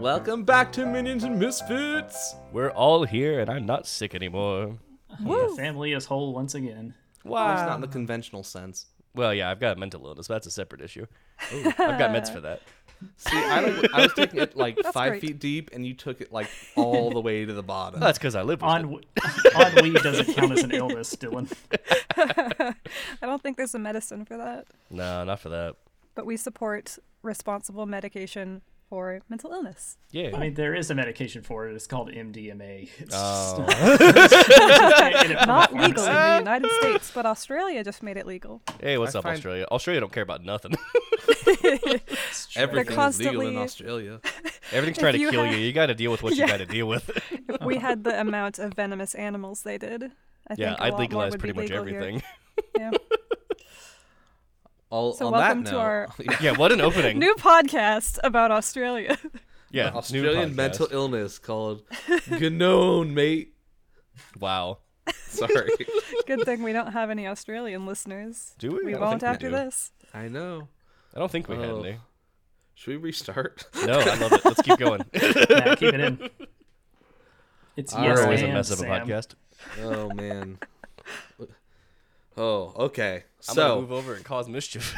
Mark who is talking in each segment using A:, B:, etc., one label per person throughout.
A: Welcome back to Minions and Misfits.
B: We're all here, and I'm not sick anymore.
C: The family is whole once again.
A: Well, it's not in the conventional sense.
B: Well, yeah, I've got a mental illness. But that's a separate issue. I've got meds for that.
A: See, I, don't- I was taking it like five
D: great.
A: feet deep, and you took it like all the way to the bottom.
B: Well, that's because I live with
C: On
B: it.
C: on weed doesn't count as an illness, Dylan.
D: I don't think there's a medicine for that,
B: No, not for that.
D: but we support responsible medication for mental illness.
B: Yeah.
C: I mean, there is a medication for it. It's called MDMA. It's
B: Oh.
C: just, and it-
D: Not legal in
B: Ah!
D: the United States, but Australia just made it legal.
B: hey, what's
A: I
B: up,
A: find-
B: Australia? Australia don't care about nothing.
C: it's true.
A: Everything is legal in
D: constantly-
A: Australia.
B: Everything's trying to
D: you
B: kill
D: have-
B: you. You got to deal with what
D: Yeah.
B: you got to deal with.
D: If
B: Oh.
D: we had the amount of venomous animals they did, I
B: yeah,
D: think a
B: I'd
D: lot more
B: legalize
D: would
B: pretty
D: be
B: much
D: legal here.
B: everything.
D: Yeah.
A: All,
D: So
A: on
D: welcome
A: that
D: to
A: note,
D: our-
A: Yeah.
B: Yeah, what an opening.
D: New podcast about Australia.
B: yeah, new
A: Australian
B: podcast.
A: mental illness called Ganone, mate.
B: Wow.
A: Sorry,
D: Good thing we don't have any Australian listeners.
B: Do we?
D: We
B: I don't
D: won't
B: think we
D: after
B: do.
D: this.
A: I know.
B: I don't think we had
A: Oh.
B: any.
A: Should we restart?
B: No, I love it. Let's keep going.
C: Nah, keep it in. It's
A: We're
C: yes
B: We're always a
C: and
B: mess of a
C: Sam.
B: podcast.
A: oh man. Oh, okay. so
B: I'm gonna move over and cause mischief.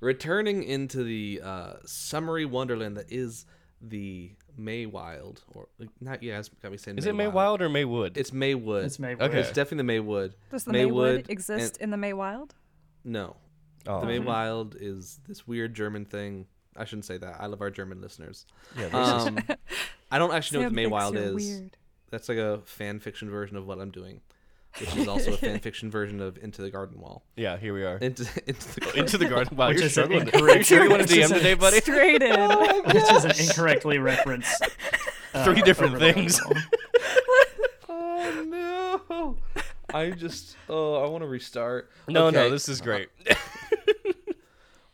A: returning into the uh, summery wonderland that is the Maywild, or not? Yeah, it's got me saying.
B: Is it May Wild or May Wood?
A: It's Maywood.
C: It's Maywood.
B: Okay.
A: It's definitely the Maywood.
D: Does the Maywood,
A: and-
D: exist in the Maywild?
A: no,
B: oh,
A: the Maywild is this weird German thing. I shouldn't say that. I love our German listeners.
B: yeah, there's-
A: Um, I don't actually know
D: Sam thinks
A: what the Maywild
D: you're
A: is.
D: Weird.
A: That's like a fan fiction version of what I'm doing, which is also a fan fiction version of Into the Garden Wall.
B: yeah, here we are.
A: Into, into the garden.
B: Into the garden. Wow,
C: Which
B: you're
C: is an
B: struggling.
C: incorrect-
B: You sure you want to
C: which is
B: DM
C: an-
B: today, buddy?
D: Straight in.
C: Which is an incorrectly referenced. uh,
B: Three different
C: overlay.
B: things.
A: oh no! I just oh, I want to restart.
B: No, no,
A: Okay.
B: this is great.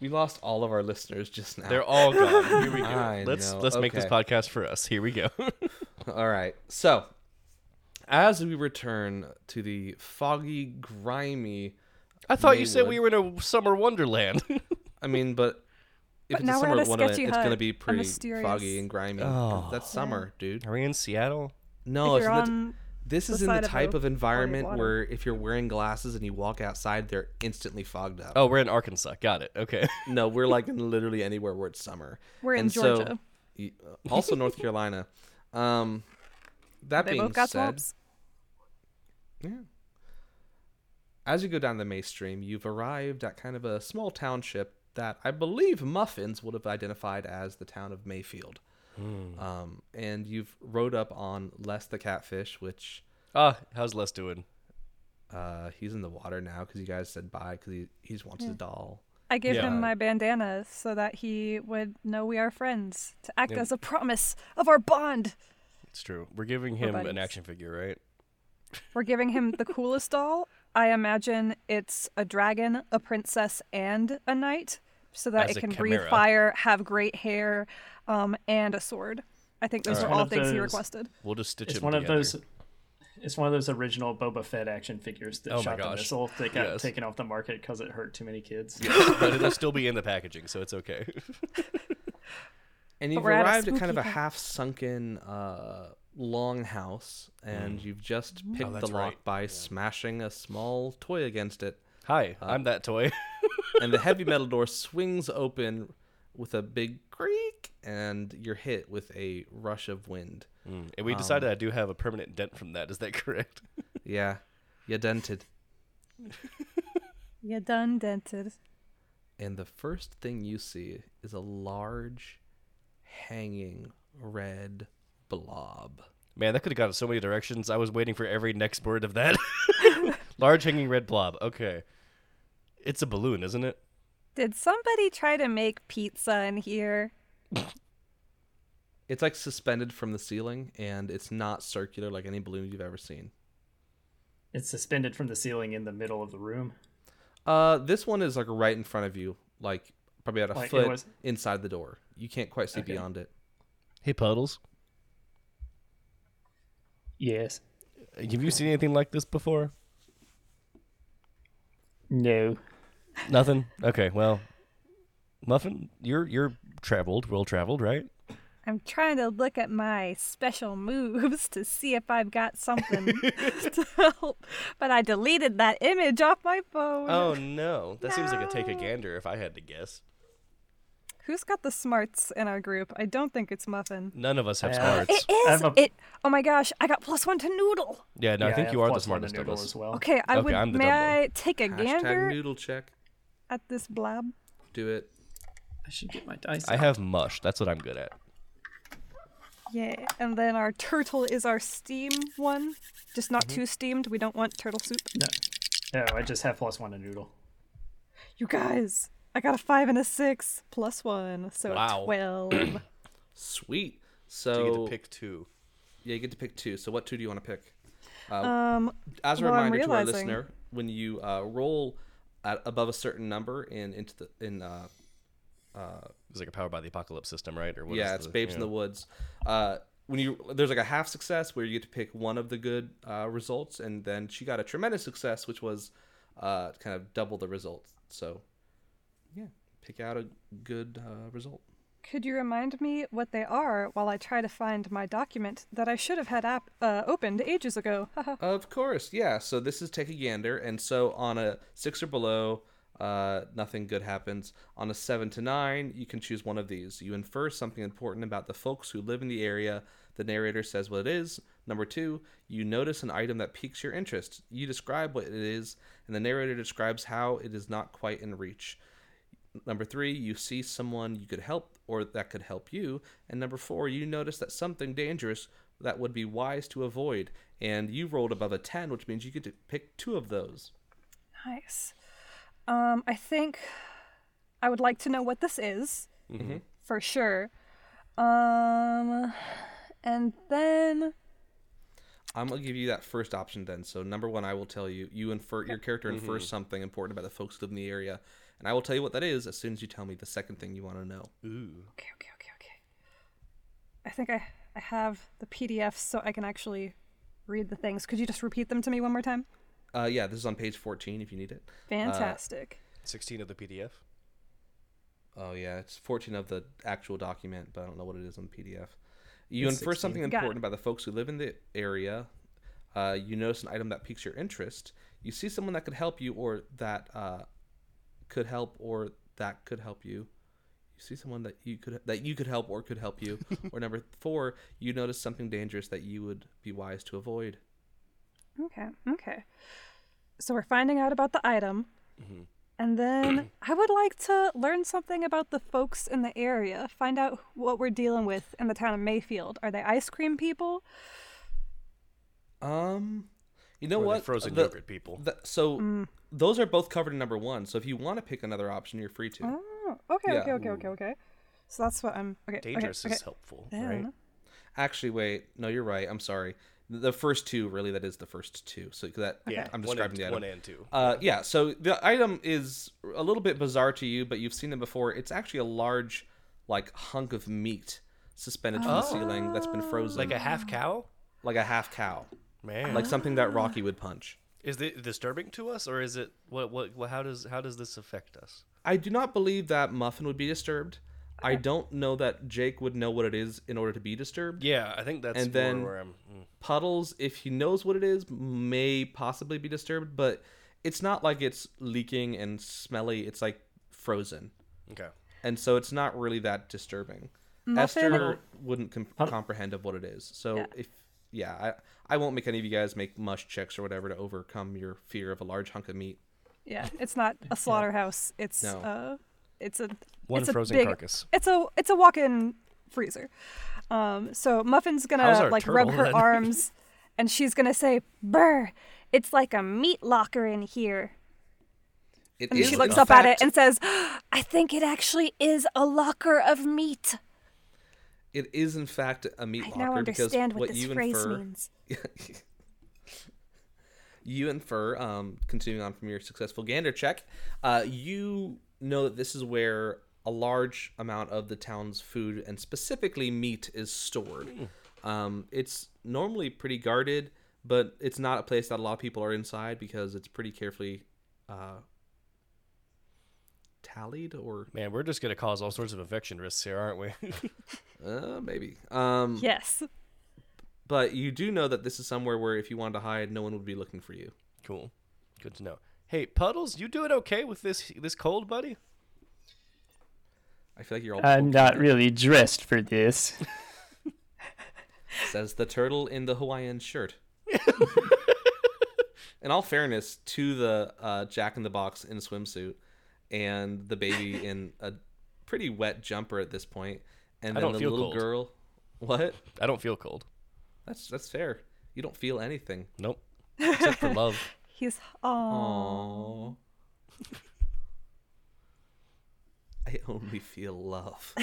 A: We lost all of our listeners just now.
B: They're all gone. Here we go.
A: I
B: let's
A: know.
B: let's make this
A: Okay.
B: podcast for us. Here we go.
A: all right. So, as we return to the foggy, grimy,
B: I thought you said
A: Maywood.
B: we were in a summer wonderland.
A: I mean, but if
D: But
A: it's
D: now
A: a
D: we're
A: summer
D: at a
A: wonderland,
D: sketchy
A: it's gonna
D: hut,
A: be
D: a
A: pretty
D: mysterious-
A: foggy and grimy. 'cause
B: Oh.
A: That's summer, dude.
B: Are we in Seattle?
A: No,
D: if
A: it's
D: you're
A: in the t-
D: on,
A: this
D: the
A: is in the
D: side of
A: type
D: a
A: of environment
D: water.
A: where if you're wearing glasses and you walk outside, they're instantly fogged up.
B: Oh, we're in Arkansas. Got it. Okay.
A: No, we're like in literally anywhere where it's summer.
D: We're in
A: And so-
D: Georgia.
A: y- uh, also North Carolina. Um, that
D: they
A: being
D: both got
A: said,
D: swamps.
A: as you go down the May Stream, you've arrived at kind of a small township that I believe Muffins would have identified as the town of Mayfield. Um, and you've rode up on Les the Catfish, which
B: Ah, how's Les doing?
A: uh, he's in the water now because you guys said bye because he, he just wants his doll.
D: I gave
B: Yeah.
D: him my bandana so that he would know we are friends to act as a promise of our bond.
B: It's true. We're giving him an
D: buddies.
B: action figure, right?
D: We're giving him the coolest doll. I imagine it's a dragon, a princess, and a knight, so that
B: As
D: it
B: a
D: can breathe
B: chimera.
D: fire, have great hair, um, and a sword. I think those
C: It's
D: are
C: one
D: all
C: of
D: things he
C: those-
D: requested.
B: We'll just stitch
C: It's
B: him
C: one of
B: together.
C: those. It's one of those original Boba Fett action figures that
B: Oh my
C: shot the
B: gosh.
C: missile that got
B: Yes.
C: taken off the market because it hurt too many kids.
B: but it'll still be in the packaging, so it's okay.
A: And you've
D: we're at a
A: arrived at kind of a
D: spooky house.
A: half sunken uh, long house, and you've just picked the
B: Mm. Oh, that's
A: lock
B: right.
A: by smashing a small toy against it.
B: Hi, I'm that toy.
A: and the heavy metal door swings open with a big creak, and you're hit with a rush of wind.
B: Mm, and
C: Um,
B: we decided I do have a permanent dent from that. Is that correct?
A: Yeah, you dented.
D: You're done dented.
A: And the first thing you see is a large, hanging red blob.
B: Man, that could have gone in so many directions. I was waiting for every next word of that. Large hanging red blob. Okay. It's a balloon, isn't it?
D: Did somebody try to make pizza in here?
A: It's like suspended from the ceiling, and it's not circular like any balloon you've ever seen.
C: It's suspended from the ceiling in the middle of the room.
A: Uh, this one is like right in front of you, like probably about a
C: Like, it
A: foot
C: was-
A: inside the door. You can't quite see
C: Okay.
A: beyond it.
B: Hey, Puddles.
C: Yes.
B: Have you seen anything like this before?
C: No.
B: Nothing? Okay, well, Muffin, you're you're traveled, well traveled, right?
D: I'm trying to look at my special moves to see if I've got something to help, but I deleted that image off my phone.
B: Oh no, that seems like a take a
D: No.
B: gander if I had to guess.
D: Who's got the smarts in our group? I don't think it's Muffin.
B: None of us have
C: Yeah.
D: It
B: smarts.
D: is.
C: I'm a-
D: It. Oh my gosh! I got plus one to noodle.
B: Yeah, no, I
C: Yeah,
B: think
C: have
B: you are the
C: plus one to
B: smartest of
C: noodle
B: us.
C: as well.
D: Okay, I
B: Oh, Okay,
D: would.
B: I'm the
D: may
B: dumb one.
D: I take a gander
A: Hashtag noodle check.
D: at this blob?
A: Do it.
C: I should get my dice.
B: I
C: out.
B: have mush. That's what I'm good at.
D: Yeah, and then our turtle is our steam one, just not
B: Mm-hmm.
D: too steamed. We don't want turtle soup.
C: No, no, I just have plus one to noodle.
D: You guys, I got a five and a six plus one, so a
B: Wow.
D: twelve.
A: Sweet. So,
B: You get to pick two.
A: yeah, you get to pick two. So what two do you want to pick? Uh,
D: um,
A: As a
D: Well, I'm
A: reminder to our
D: realizing-
A: listener, when you uh, roll at above a certain number in into the in uh,
B: It's like a power by the apocalypse system, right? Or what
A: yeah,
B: is
A: it's
B: the-
A: Babes in
B: yeah.
A: the Woods. Uh, when you there's like a half success where you get to pick one of the good uh, results, and then she got a tremendous success, which was uh, kind of double the result. So yeah, pick out a good uh, result.
D: could you remind me what they are while I try to find my document that I should have had app uh, opened ages ago? Haha.
A: Of course, yeah. So this is take a gander, and so on a six or below, uh, nothing good happens. On a seven to nine, you can choose one of these. You infer something important about the folks who live in the area. The narrator says what it is. Number two, you notice an item that piques your interest. You describe what it is, and the narrator describes how it is not quite in reach. Number three, you see someone you could help or that could help you. And number four, you notice that something dangerous that would be wise to avoid. And you rolled above a 10, which means you get to pick two of those.
D: nice. Um, I think I would like to know what this is for sure. Um, and then
A: I'm going to give you that first option then. So, number one, I will tell you, you infer, your character infers something important about the folks who live in the area. And I will tell you what that is as soon as you tell me the second thing you want to know.
D: okay, okay, okay, okay. I think I I have the PDFs so I can actually read the things. Could you just repeat them to me one more time?
A: Uh, yeah, this is on page 14 if you need it.
D: Fantastic.
B: Sixteen of the PDF.
A: Oh yeah, it's 14 of the actual document, but I don't know what it is on the PDF. You
C: It's
A: infer
C: 16.
A: something
D: Got it.
A: important about the folks who live in the area. Uh, you notice an item that piques your interest. You see someone that could help you, or that uh, could help, or that could help you. You see someone that you could that you could help or could help you. or number four, you notice something dangerous that you would be wise to avoid.
D: Okay, okay. So we're finding out about the item. And then I would like to learn something about the folks in the area, find out what we're dealing with in the town of Mayfield. Are they ice cream people?
A: Um, you know
B: Or the
A: what?
B: frozen
A: The-
B: yogurt people.
A: the- so
D: Mm.
A: those are both covered in number one. So if you want to pick another option, you're free to.
D: Oh, okay,
A: Yeah.
D: okay, okay, okay, okay. So that's what I'm. Okay, okay,
B: Dangerous
D: okay.
B: is helpful,
D: Then-
B: right?
A: Actually, wait. No, you're right. I'm sorry. The first two, really, that is the first two. So that
B: Yeah,
A: I'm
B: one
A: describing
B: and,
A: the item.
B: one and two.
A: Uh, yeah. So the item is a little bit bizarre to you, but you've seen them before. It's actually a large, like hunk of meat suspended from the ceiling that's been frozen,
B: like a half cow.
A: like a half cow,
B: Man,
A: like something that Rocky would punch.
B: is it disturbing to us, or is it what? What? what- How does? How does this affect us?
A: I do not believe that Muffin would be disturbed. I don't know that Jake would know what it is in order to be disturbed.
B: Yeah, I think that's
A: And
B: more
A: then-
B: where I'm. mm.
A: puddles if he knows what it is may possibly be disturbed but it's not like it's leaking and smelly it's like frozen
B: Okay.
A: and so it's not really that disturbing
D: Muffin?
A: esther wouldn't com- comprehend of what it is so
D: Yeah.
A: if yeah I, I won't make any of you guys make mush checks or whatever to overcome your fear of a large hunk of meat
D: Yeah, it's not a slaughterhouse. It's
A: No.
D: uh, it's a
B: One
D: it's a
B: frozen
D: big-
B: carcass.
D: It's a it's a walk-in freezer. Um, so Muffin's
B: How's
D: gonna
B: our
D: like rub
B: turtle
D: her
B: then?
D: arms, and she's gonna say, "Brr, it's like a meat locker in here."
A: It
D: And
A: is,
D: she
A: in
D: looks up at it
A: fact-
D: and says, "I think it actually is a locker of meat."
A: it is in fact a meat
D: I
A: locker
D: now understand
A: because what
D: what this
A: you
D: phrase
A: infer
D: means.
A: you infer, um, continuing on from your successful gander check, uh, you know that this is where a large amount of the town's food and specifically meat is stored. Um, it's normally pretty guarded, but it's not a place that a lot of people are inside because it's pretty carefully uh, tallied or
B: Man, we're just gonna cause all sorts of infection risks here, aren't we?
A: uh, maybe. Um,
D: Yes.
A: But you do know that this is somewhere where if you wanted to hide, no one would be looking for you.
B: cool. Good to know. Hey, Puddles, you doing okay with this this cold, buddy?
A: I feel like you're all.
C: I'm not really dressed for this.
A: Says the turtle in the Hawaiian shirt. in all fairness, to the uh, Jack in the Box in a swimsuit, and the baby in a pretty wet jumper at this point, and
B: I
A: then
B: don't
A: the
B: feel
A: little
B: cold.
A: girl. What?
B: I don't feel cold.
A: That's that's fair. You don't feel anything.
B: Nope. Except for love.
D: He's
A: Aww.
D: oh
A: I only feel love.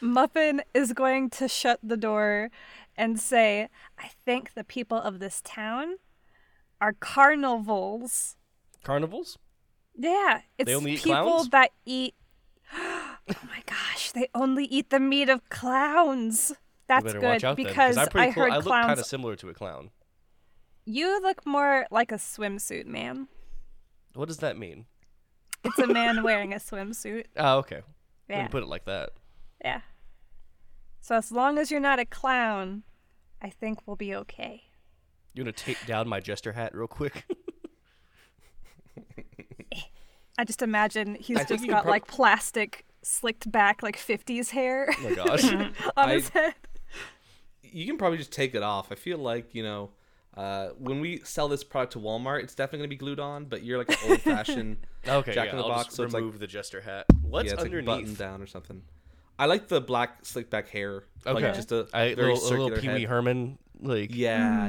D: Muffin is going to shut the door and say, "I think the people of this town are carnivals."
B: Carnivals?
D: Yeah, it's
B: only eat
D: people
B: clowns?
D: that eat. oh my gosh, they only eat the meat of clowns.
B: You
D: That's
B: better
D: good
B: watch out then,
D: because
B: I'm pretty
D: I
B: cool.
D: heard
B: I look
D: clowns.
B: kind of similar to a clown.
D: You look more like a swimsuit man.
B: What does that mean?
D: It's a man wearing a swimsuit.
B: Oh, okay. When
D: Yeah.
B: you put it like that.
D: Yeah. So as long as you're not a clown, I think we'll be okay.
B: You want to take down my jester hat real quick?
D: I just imagine he's
A: think
D: just
A: you
D: got
A: prob-
D: like plastic slicked back like 50s hair
B: oh my gosh.
D: on
A: I-
D: his head.
A: you can probably just take it off. I feel like you know, uh, when we sell this product to Walmart, it's definitely gonna be glued on. But you're like an old fashioned
B: Okay,
A: Jack
B: yeah,
A: in the
B: I'll
A: Box,
B: just
A: so it's like-
B: remove the jester hat.
A: yeah,
B: What's
A: it's like
B: underneath?
A: button down or something. I like the black slick back hair.
B: Okay.
A: like just a
B: I,
A: very
B: little, a
A: circular
B: little Pee Wee Mm.
A: head.
B: Herman, like yeah.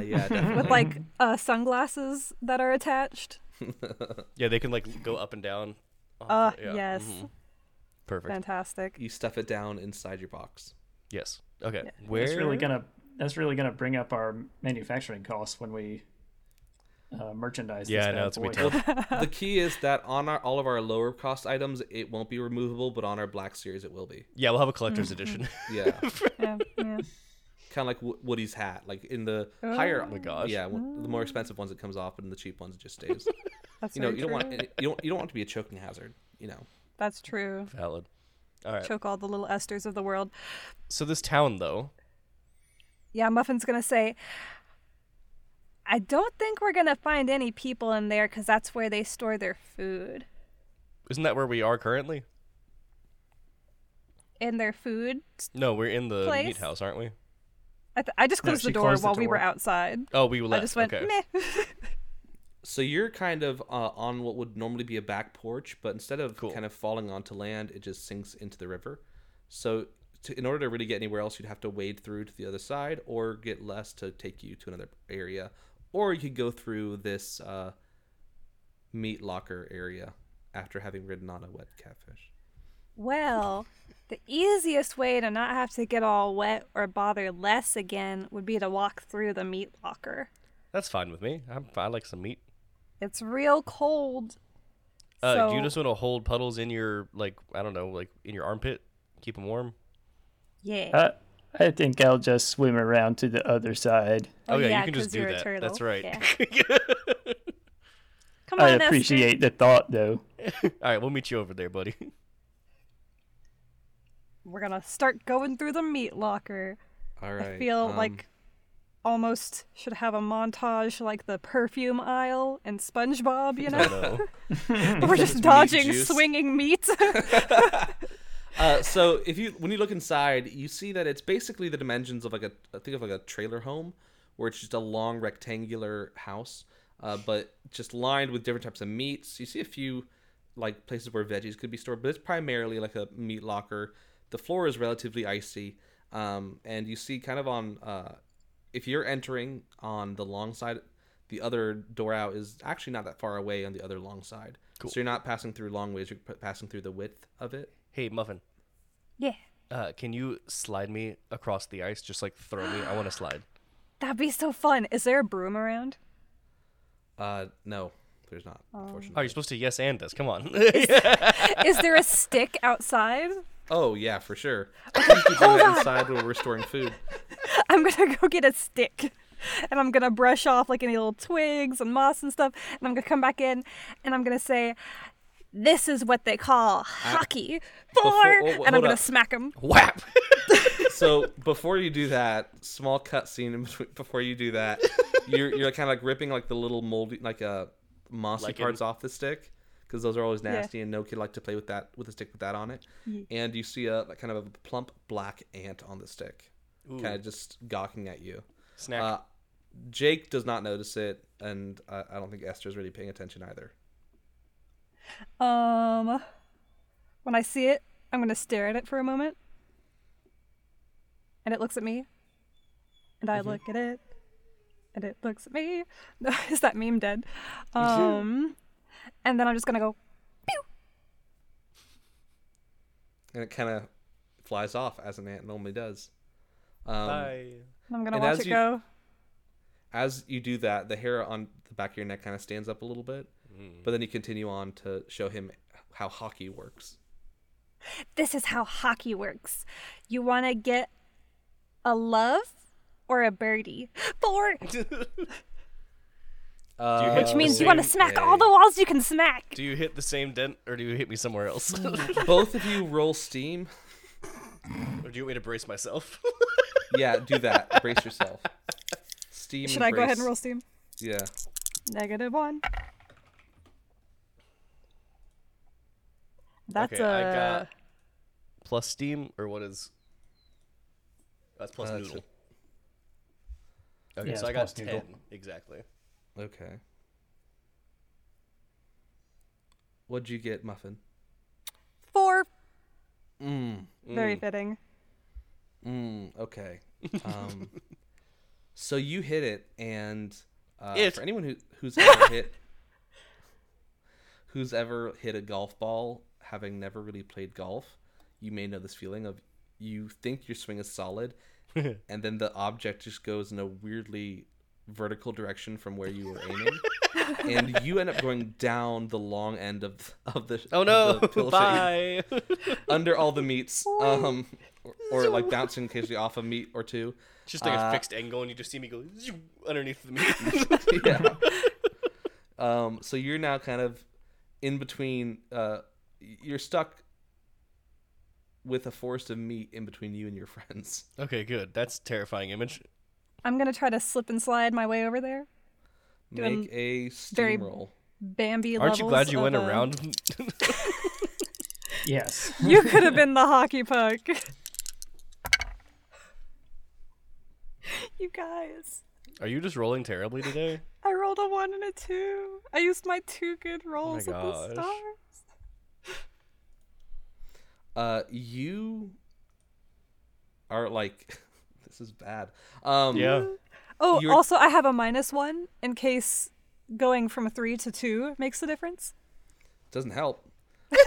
A: Yeah, yeah, definitely.
D: With like uh, sunglasses that are attached.
B: they can like go up and down. Oh,
D: Uh,
B: yeah,
D: yes.
B: mhm. perfect.
D: Fantastic.
A: you stuff it down inside your box.
B: Yes. Okay. Where?
C: That's really gonna that's really gonna bring up our manufacturing costs when we uh, merchandise.
B: Yeah, I
C: this
B: know, it's
C: bad
B: gonna be
C: boy.
B: tough.
A: the key is that on our all of our lower cost items, it won't be removable, but on our black series, it will be.
B: Yeah, we'll have a collector's
D: Mm-hmm.
B: edition.
A: Yeah, kind
D: Yeah, yeah.
A: of like Wo- Woody's hat. Like in the higher,
D: Oh
B: my gosh. Mm.
A: yeah, w- the more expensive ones it comes off, but in the cheap ones it just stays.
D: That's
A: you know,
D: very
A: you don't want
D: true.
A: you don't you don't want it to be a choking hazard. You know,
D: That's true.
B: Valid. All right.
D: Choke all the little esters of the world.
B: So this town, though,
D: Yeah, Muffin's gonna say, I don't think we're gonna find any people in there because that's where they store their food.
B: isn't that where we are currently?
D: In their food.
B: No, we're in the meat
D: Place?
B: house, aren't we?
D: I, th- I just
C: No,
D: closed the
C: she
D: door
C: closed the
D: while we were
C: door.
D: outside.
B: Oh, we left.
D: I just went,
B: okay.
D: meh.
A: so you're kind of uh, on what would normally be a back porch, but instead of
B: Cool.
A: kind of falling onto land, it just sinks into the river. So to, in order to really get anywhere else, you'd have to wade through to the other side, or get less to take you to another area, or you could go through this uh, meat locker area after having ridden on a wet catfish.
D: Well, the easiest way to not have to get all wet or bother less again would be to walk through the meat locker.
B: That's fine with me. I'm, I like some meat.
D: It's real cold.
B: Uh, do you
D: so-
B: just want to hold puddles in your like I don't know, like in your armpit, keep them warm?
D: Yeah.
C: Uh, I think I'll just swim around to the other side.
D: Oh,
B: yeah,
D: yeah,
B: you can just
D: 'cause
B: do
D: you're a
B: that.
D: turtle.
B: That's right.
D: Come on,
C: I
D: Esther.
C: appreciate the thought, though.
B: All right, we'll meet you over there, buddy.
D: We're gonna start going through the meat locker.
A: All right.
D: I feel
A: um,
D: like almost should have a montage like the perfume aisle and SpongeBob, you know?
B: no.
D: We're just
A: meat
D: dodging
A: juice.
D: swinging meat.
A: Uh, so if you when you look inside, you see that it's basically the dimensions of like a I think of like a trailer home, where it's just a long rectangular house, uh, but just lined with different types of meats. You see a few like places where veggies could be stored, but it's primarily like a meat locker. The floor is relatively icy, um, and you see kind of on uh, if you're entering on the long side, the other door out is actually not that far away on the other long side.
B: Cool.
A: So you're not passing through long ways; you're p- passing through the width of it.
B: Hey, Muffin,
D: yeah.
B: uh, can you slide me across the ice? Just like throw me. I want to slide.
D: That'd be so fun. Is there a broom around?
A: Uh, no, there's not.
D: Um,
B: Oh,
A: Unfortunately.
B: you're supposed to yes and this. Come on.
D: Is there a stick outside?
A: Oh yeah, for sure. Please do that
D: on.
A: inside when we're storing food.
D: I'm gonna go get a stick. and I'm gonna brush off like any little twigs and moss and stuff, and I'm gonna come back in, and I'm gonna say, "This is what they call hockey for,"
A: Before- oh,
D: and I'm
A: hold
D: gonna
A: up.
D: smack him.
B: Whap!
A: so before you do that, small cutscene in between- before you do that, you're you're kind of like ripping like the little moldy like uh, mossy
B: Lichen.
A: parts off the stick because those are always
D: Yeah.
A: nasty and no kid like to play with that with a stick with that on it. And you see a like, kind of a plump black ant on the stick, kind of just gawking at you.
B: Snack.
A: Uh, Jake does not notice it, and uh, I don't think Esther's really paying attention either.
D: Um, when I see it, I'm gonna stare at it for a moment, and it looks at me, and
A: Mm-hmm.
D: I look at it, and it looks at me. Is that meme dead? Um, and then I'm just gonna go.
A: And it kind of flies off as an ant normally does. Um,
B: Bye.
D: and I'm gonna
A: And
D: watch
A: as
D: it
A: you-
D: go.
A: as you do that, the hair on the back of your neck kind of stands up a little bit, but then you continue on to show him how hockey works.
D: this is how hockey works. You want to get a love or a birdie. Four,
A: Uh,
D: which means you want to smack
A: okay.
D: all the walls you can smack.
B: Do you hit the same dent, or do you hit me somewhere else? or do
A: both of you roll steam.
B: you want me to brace myself?
A: Yeah, do that. Brace yourself. Steam.
D: Should
A: and
D: I go ahead
A: brace.
D: and roll steam?
A: Yeah.
D: Negative one. That's
B: okay,
D: a
B: I got plus steam, or what is? That's plus
A: Uh, it's
B: noodle. Okay,
C: Yeah,
B: so
C: it's
B: I got
C: plus
B: ten
C: noodle.
B: exactly.
A: Okay. What'd you get, Muffin?
D: four.
A: Mm.
D: Very fitting.
A: Mm. Okay. Um. so you hit it, and uh,
B: It.
A: for anyone who who's ever hit who's ever hit a golf ball, having never really played golf, you may know this feeling of you think your swing is solid, and then the object just goes in a weirdly vertical direction from where you were aiming. and you end up going down the long end of of the
B: Oh
A: of
B: no!
A: the pill shape
B: Bye.
A: under all the meats, um, or, or like bouncing occasionally off a meat or two.
B: just like a
A: Uh,
B: fixed angle, and you just see me go zoom underneath the meat.
A: yeah. Um, so you're now kind of in between. Uh, you're stuck with a forest of meat in between you and your friends.
B: okay, good. That's a terrifying image.
D: I'm gonna try to slip and slide my way over there. Doing
A: Make a steam
D: very-
A: roll.
D: Bambi.
B: Aren't you glad
D: levels
B: you
D: of
B: went
D: uh, a-
B: around?
C: Yes.
D: You could have been the hockey puck. you guys.
B: Are you just rolling terribly today?
D: I rolled a one and a two. I used my two good
A: Oh
D: rolls at the
B: gosh.
D: stars.
A: Uh, you are like, this is bad. Um,
D: Oh,
A: You're-
D: also I have a minus one in case going from a three to two makes a difference.
A: Doesn't help.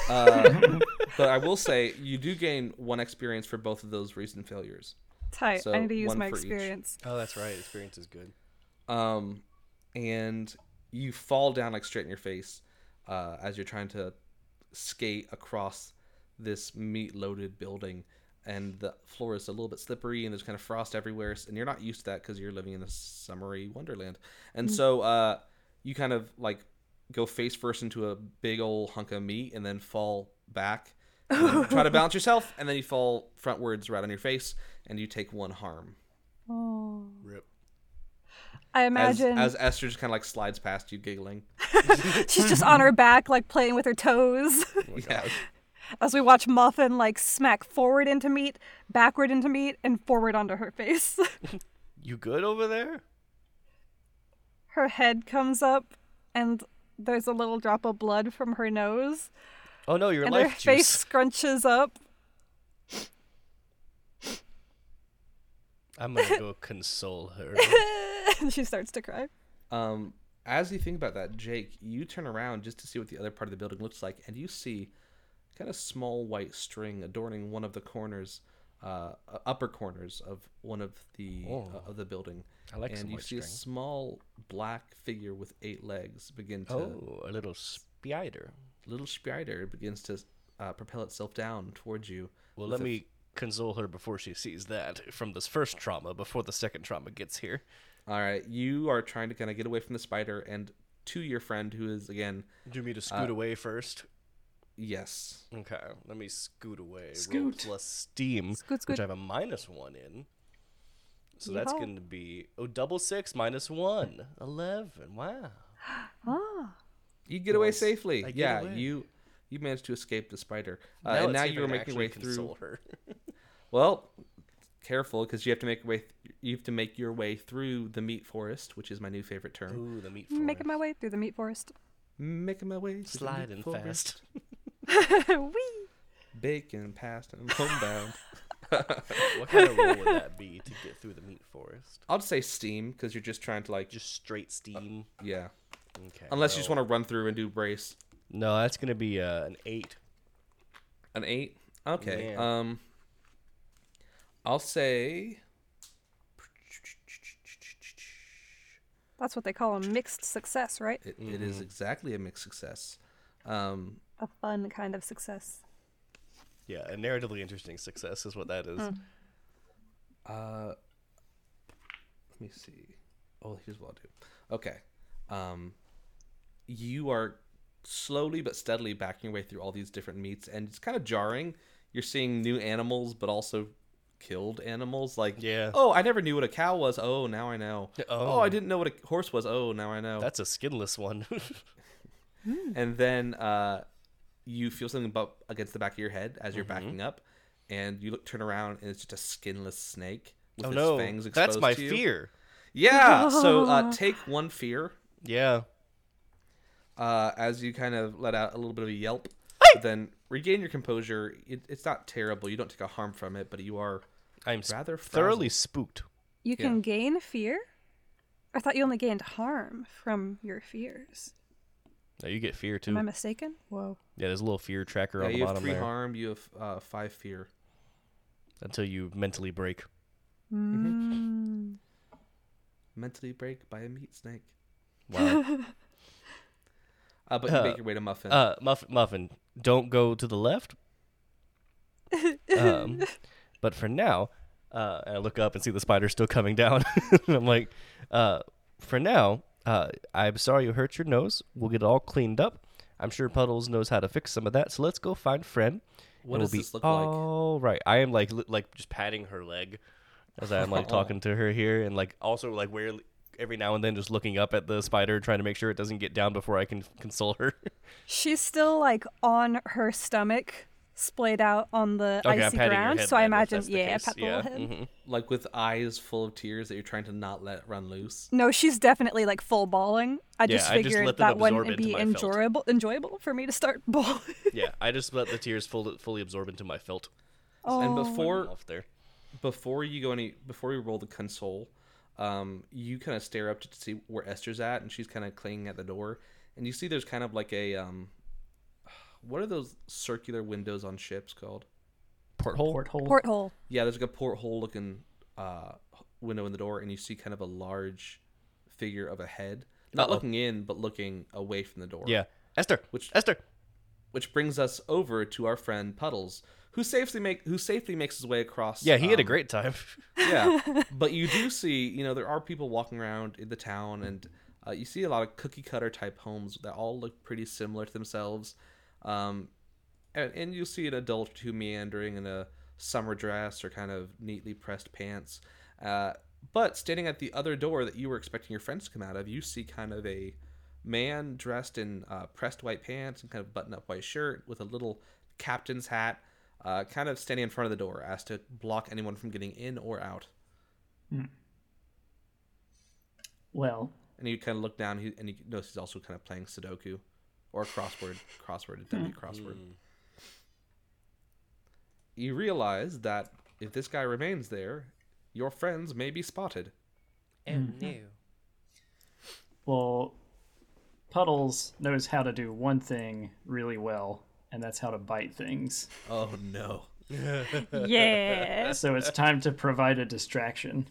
A: Uh, but I will say you do gain one experience for both of those recent failures.
D: Tight.
A: So,
D: I need to use
A: one
D: my
A: for each.
D: experience.
B: Oh, that's right. Experience is good.
A: um, and you fall down like straight in your face uh, as you're trying to skate across this meat-loaded building, and the floor is a little bit slippery, and there's kind of frost everywhere, s- and you're not used to that because you're living in a summery wonderland, and so uh, you kind of like go face first into a big old hunk of meat, and then fall back. and then try to balance yourself, and then you fall frontwards right on your face, and you take one harm.
D: Oh.
B: Rip.
D: I
A: As,
D: imagine
A: as Esther just kind of like slides past you, giggling.
D: she's just on her back, like playing with her toes,
A: yeah.
D: as we watch Muffin like smack forward into meat, backward into meat, and forward onto her face.
B: You good over there?
D: her head comes up, and there's a little drop of blood from her nose,
B: Oh no, your
D: and her
B: life juice.
D: face scrunches up.
B: I'm gonna go console her.
D: and she starts to cry.
A: Um, as you think about that, Jake, you turn around just to see what the other part of the building looks like, and you see kind of small white string adorning one of the corners, uh, uh, upper corners of one of the
B: Oh.
A: uh, of the building.
B: I like
A: and
B: some
A: you
B: white
A: see a
B: string.
A: small black figure with eight legs begin to
B: Oh, a little spider.
A: little spider begins to uh, propel itself down towards you.
B: Well,
A: with
B: let
A: a-
B: me console her before she sees that from this first trauma, before the second trauma gets here.
A: All right, you are trying to kind of get away from the spider and to your friend who is again
B: Do you want me to scoot away first?
A: yes.
B: Okay, let me scoot away. Roll
C: Scoot.
B: plus steam,
D: Scoot,
B: which
D: scoot.
B: I have a minus one in. So that's
D: Yeehaw.
B: going to be oh double six minus one. Eleven. Wow.
D: Ah.
A: You get away
B: Nice.
A: safely.
B: I get
A: yeah,
B: away.
A: you you managed to escape the spider. Uh, and
B: let's
A: now
B: see if
A: you
B: I
A: are
B: can
A: making your way
B: actually
A: through.
B: console Her.
A: Well, careful because you have to make way. Th- you have to make your way through the meat forest, which is my new favorite term.
B: Ooh, the meat.
D: Making
B: forest.
D: my way through the meat forest.
A: Making my way through the meat
B: sliding
A: forest,
B: fast.
D: Wee!
A: baking past and homebound.
B: what kind of roll would that be to get through the meat forest?
A: I'll just say steam because you're just trying to like
B: Just straight steam.
A: yeah.
B: Okay.
A: Unless you just
B: well-
A: want to run through and do brace
B: No, that's going to be uh, an eight.
A: an eight. Okay.
B: Yeah.
A: Um. I'll say
D: That's what they call a mixed success, right?
A: it, it
B: Mm-hmm.
A: is exactly a mixed success. Um,
D: A fun kind of success.
B: Yeah, a narratively interesting success is what that is.
D: Hmm.
A: Uh, let me see. Oh, here's what I'll do. Okay. Um, you are slowly but steadily backing your way through all these different meats, and it's kind of jarring. You're seeing new animals, but also killed animals. Like,
B: Yeah.
A: Oh, I never knew what a cow was. Oh, now I know.
B: Oh.
A: I didn't know what a horse was. Oh, now I know.
B: That's a skinless one.
A: and then uh, you feel something bump against the back of your head as you're
B: Mm-hmm.
A: backing up, and you look turn around, and it's just a skinless snake with
B: oh
A: its
B: no,
A: fangs exposed
B: that's my
A: to you.
B: fear.
A: Yeah. So uh, take one fear
B: Yeah.
A: uh, as you kind of let out a little bit of a yelp. but then regain your composure. It, it's not terrible. You don't take a harm from it, but you are.
B: I'm s-
A: Rather
B: thoroughly spooked.
D: You can gain fear? I thought you only gained harm from your fears.
B: Oh, you get fear too.
D: Am I mistaken? Whoa.
B: Yeah, there's a little fear tracker
A: Yeah,
B: on the
A: you have
B: bottom
A: three
B: there
A: harm. You have uh, five fear.
B: until you mentally break. Mm-hmm.
D: Mm.
A: Mentally break by a meat snake.
B: Wow.
A: Uh, but you
B: Uh,
A: make your way to Muffin.
B: uh, muffin, muffin, don't go to the left. um, but for now, uh, and I look up and see the spider still coming down. I'm like, uh, for now, uh, I'm sorry you hurt your nose. We'll get it all cleaned up. I'm sure Puddles knows how to fix some of that. So let's go find Fred.
A: What
B: and
A: does
B: we'll be
A: this look like?
B: all right. I am like li- like just patting her leg as I'm like talking to her here, and like also like where every now and then just looking up at the spider, trying to make sure it doesn't get down before I can console her.
D: She's still like on her stomach, splayed out on the
B: okay, I'm
D: icy
B: patting
D: ground.
B: her head
D: so I
B: then, if
D: imagine,
B: that's the
D: yeah,
B: case.
D: pat the
B: yeah.
D: little head.
B: mhm.
A: Like with eyes full of tears that you're trying to not let run loose.
D: No, she's definitely like full bawling. I
B: Yeah,
D: just
B: I just
D: figured
B: let them
D: that wouldn't
B: absorb into
D: be
B: my felt.
D: enjoyable, enjoyable for me to start bawling.
B: yeah, I just let the tears full, fully absorb into my felt.
A: And
D: Oh.
A: before
B: off there.
A: before you go any before you roll the console um you kind of stare up to see where esther's at and she's kind of clinging at the door and you see there's kind of like a um what are those circular windows on ships called
B: Porthole.
C: Porthole.
D: Porthole.
A: yeah there's like a porthole looking uh window in the door and you see kind of a large figure of a head not
B: Uh-oh.
A: looking in but looking away from the door
B: Yeah, Esther.
A: Which-
B: Esther?
A: which brings us over to our friend puddles who safely make who safely makes his way across
B: Yeah, he had a
A: um,
B: great time.
A: yeah but you do see you know there are people walking around in the town and uh, you see a lot of cookie cutter type homes that all look pretty similar to themselves um, and, and you'll see an adult or two meandering in a summer dress or kind of neatly pressed pants uh, but standing at the other door that you were expecting your friends to come out of you see kind of a man dressed in uh, pressed white pants and kind of button up white shirt with a little captain's hat uh, kind of standing in front of the door as to block anyone from getting in or out
C: Well,
A: and you kind of look down he- and you notice he's also kind of playing sudoku or crossword crossword it doesn't be crossword you realize that if this guy remains there your friends may be spotted Mm-hmm.
C: well, Puddles knows how to do one thing really well, and that's how to bite things.
A: oh no
D: Yeah.
C: So it's time to provide a distraction.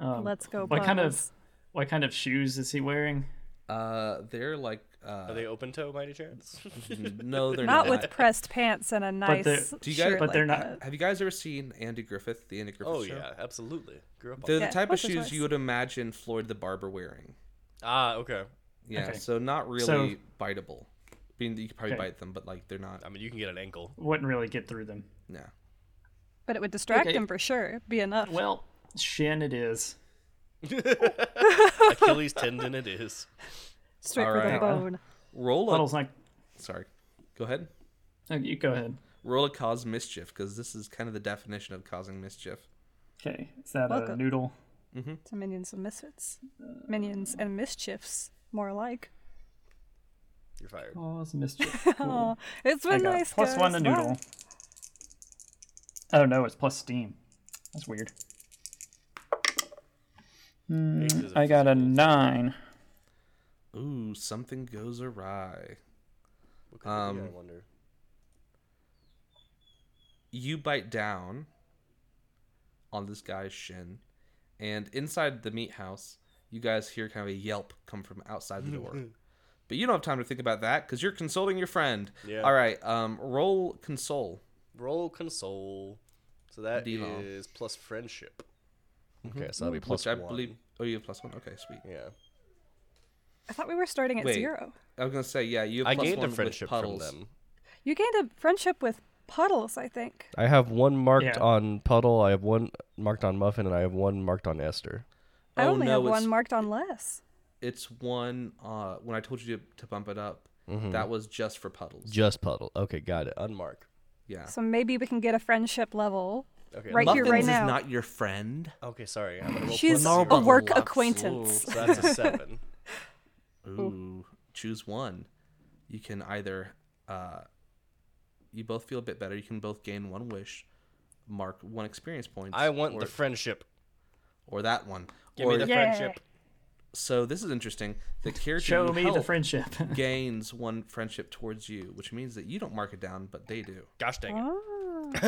C: Um,
D: Let's go.
C: What kind of
D: Bugs.
C: what kind of shoes is he wearing?
A: uh they're like
B: Are they open toe by any chance?
A: No, they're not.
D: Not with pressed pants and a nice
C: they're-
A: Do you guys-
D: shirt
A: but
C: they're
D: like
C: not-
D: that.
A: Have you guys ever seen Andy Griffith, the Andy Griffith
B: oh
A: show?
B: yeah, absolutely. Grew up on.
A: They're
D: Yeah,
A: the type of
D: once or
A: shoes
D: twice.
A: you would imagine Floyd the Barber wearing.
B: Ah, okay.
A: Yeah,
C: Okay.
A: so not really
C: So-
A: biteable. Being that you could probably
C: Okay.
A: bite them, but like they're not.
B: I mean, you can get an ankle.
C: Wouldn't really get through them.
A: No.
D: But it would distract
C: Okay.
D: him for sure. Be enough.
C: Well, shin it is.
B: Achilles tendon, it is.
D: Straight for the
A: alright.
D: bone.
A: Roll a.
C: Puddle's not.
A: Sorry. Go ahead.
C: Oh, you go ahead.
A: Roll a cause mischief because this is kind of the definition of causing mischief.
C: Okay, is that a
D: Welcome.
C: noodle?
D: To minions and misfits. Minions and mischiefs, more like.
B: You're fired.
C: Oh, it's mischief.
D: Aw, it's been
C: Hang on.
D: nice.
C: Plus one
D: guys.
C: a
D: Bye.
C: noodle. Oh no, it's plus steam. That's weird. Hmm,
B: Aces of
C: I got a nine.
A: Ooh, something goes awry.
B: What could it be, I
A: Um,
B: wonder.
A: You bite down on this guy's shin, and inside the meat house, you guys hear kind of a yelp come from outside the door. but you don't have time to think about that because you're consoling your friend.
B: Yeah.
A: All right. Um, roll console.
B: Roll console. So that is
A: Demo.
B: plus friendship. Okay, so that'll be
A: Which
B: plus
A: I
B: one.
A: believe. Oh, you have plus one. Okay, sweet.
B: Yeah.
D: I thought we were starting at
A: Wait.
D: zero.
A: I was gonna say yeah. You have
B: I
A: plus
B: gained
A: one
B: a
A: with
B: friendship from
A: puddles.
B: them.
D: You gained a friendship with puddles, I think.
B: I have one marked
C: Yeah.
B: on Puddle, I have one marked on Muffin, and I have one marked on Esther.
D: I
A: Oh,
D: only
A: no,
D: have
A: it's-
D: one marked on less.
A: It's one. Uh, when I told you to, to bump it up,
B: Mm-hmm.
A: that was just for puddles.
B: Just Puddle. Okay, got it. Unmark.
A: yeah.
D: So maybe we can get a friendship level.
B: Okay.
D: Right here,
A: Muffins
D: right
A: is
D: now.
A: not your friend.
B: Okay, sorry. I'm gonna roll
D: She's
B: plus
D: a
B: zero.
D: work
A: Puddle.
D: acquaintance.
A: Ooh.
B: So that's a seven.
A: Ooh, choose one. You can either, uh, you both feel a bit better. You can both gain one wish, mark one experience point.
B: I want
A: or,
B: the friendship.
A: or that one.
B: Give
A: or,
B: me the
D: Yeah.
B: friendship.
A: So this is interesting. The character
C: Show
A: you
C: me the
A: help
C: friendship.
A: gains one friendship towards you, which means that you don't mark it down, but they do.
B: Gosh dang it.
D: Oh.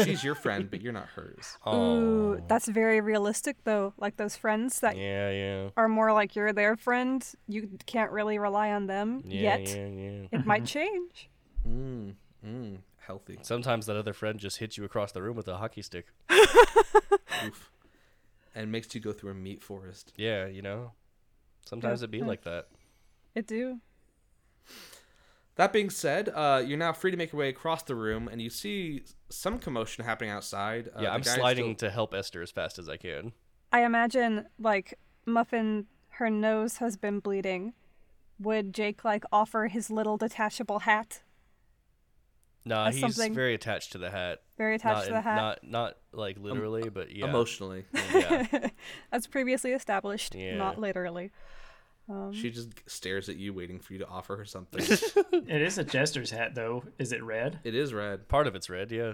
A: She's your friend, but you're not hers.
D: Ooh, that's very realistic though. Like those friends that
B: Oh. Yeah, yeah.
D: are more like you're their friend, you can't really rely on them
B: Yeah,
D: yet.
B: yeah, yeah.
D: It might change.
A: Mm, mm, healthy.
B: Sometimes that other friend just hits you across the room with a hockey stick.
A: Oof. And makes you go through a meat forest.
B: Yeah, you know. Sometimes it be like that.
D: It do.
A: That being said, uh, you're now free to make your way across the room, and you see some commotion happening outside. Uh,
B: Yeah,
A: the
B: I'm
A: guy is
B: sliding
A: still-
B: to help Esther as fast as I can.
D: I imagine like Muffin her nose has been bleeding. Would Jake like offer his little detachable hat?
B: Nah,
D: That's
B: he's
D: something-
B: very attached to the hat.
D: Very
B: Not,
D: attached to
B: in-
D: the hat.
B: not not like literally, but yeah.
A: emotionally.
B: Yeah.
D: As previously established,
B: Yeah.
D: not literally.
A: she just stares at you, waiting for you to offer her something.
C: it is a jester's hat, though. Is it red?
A: it is red.
B: Part of it's red, yeah.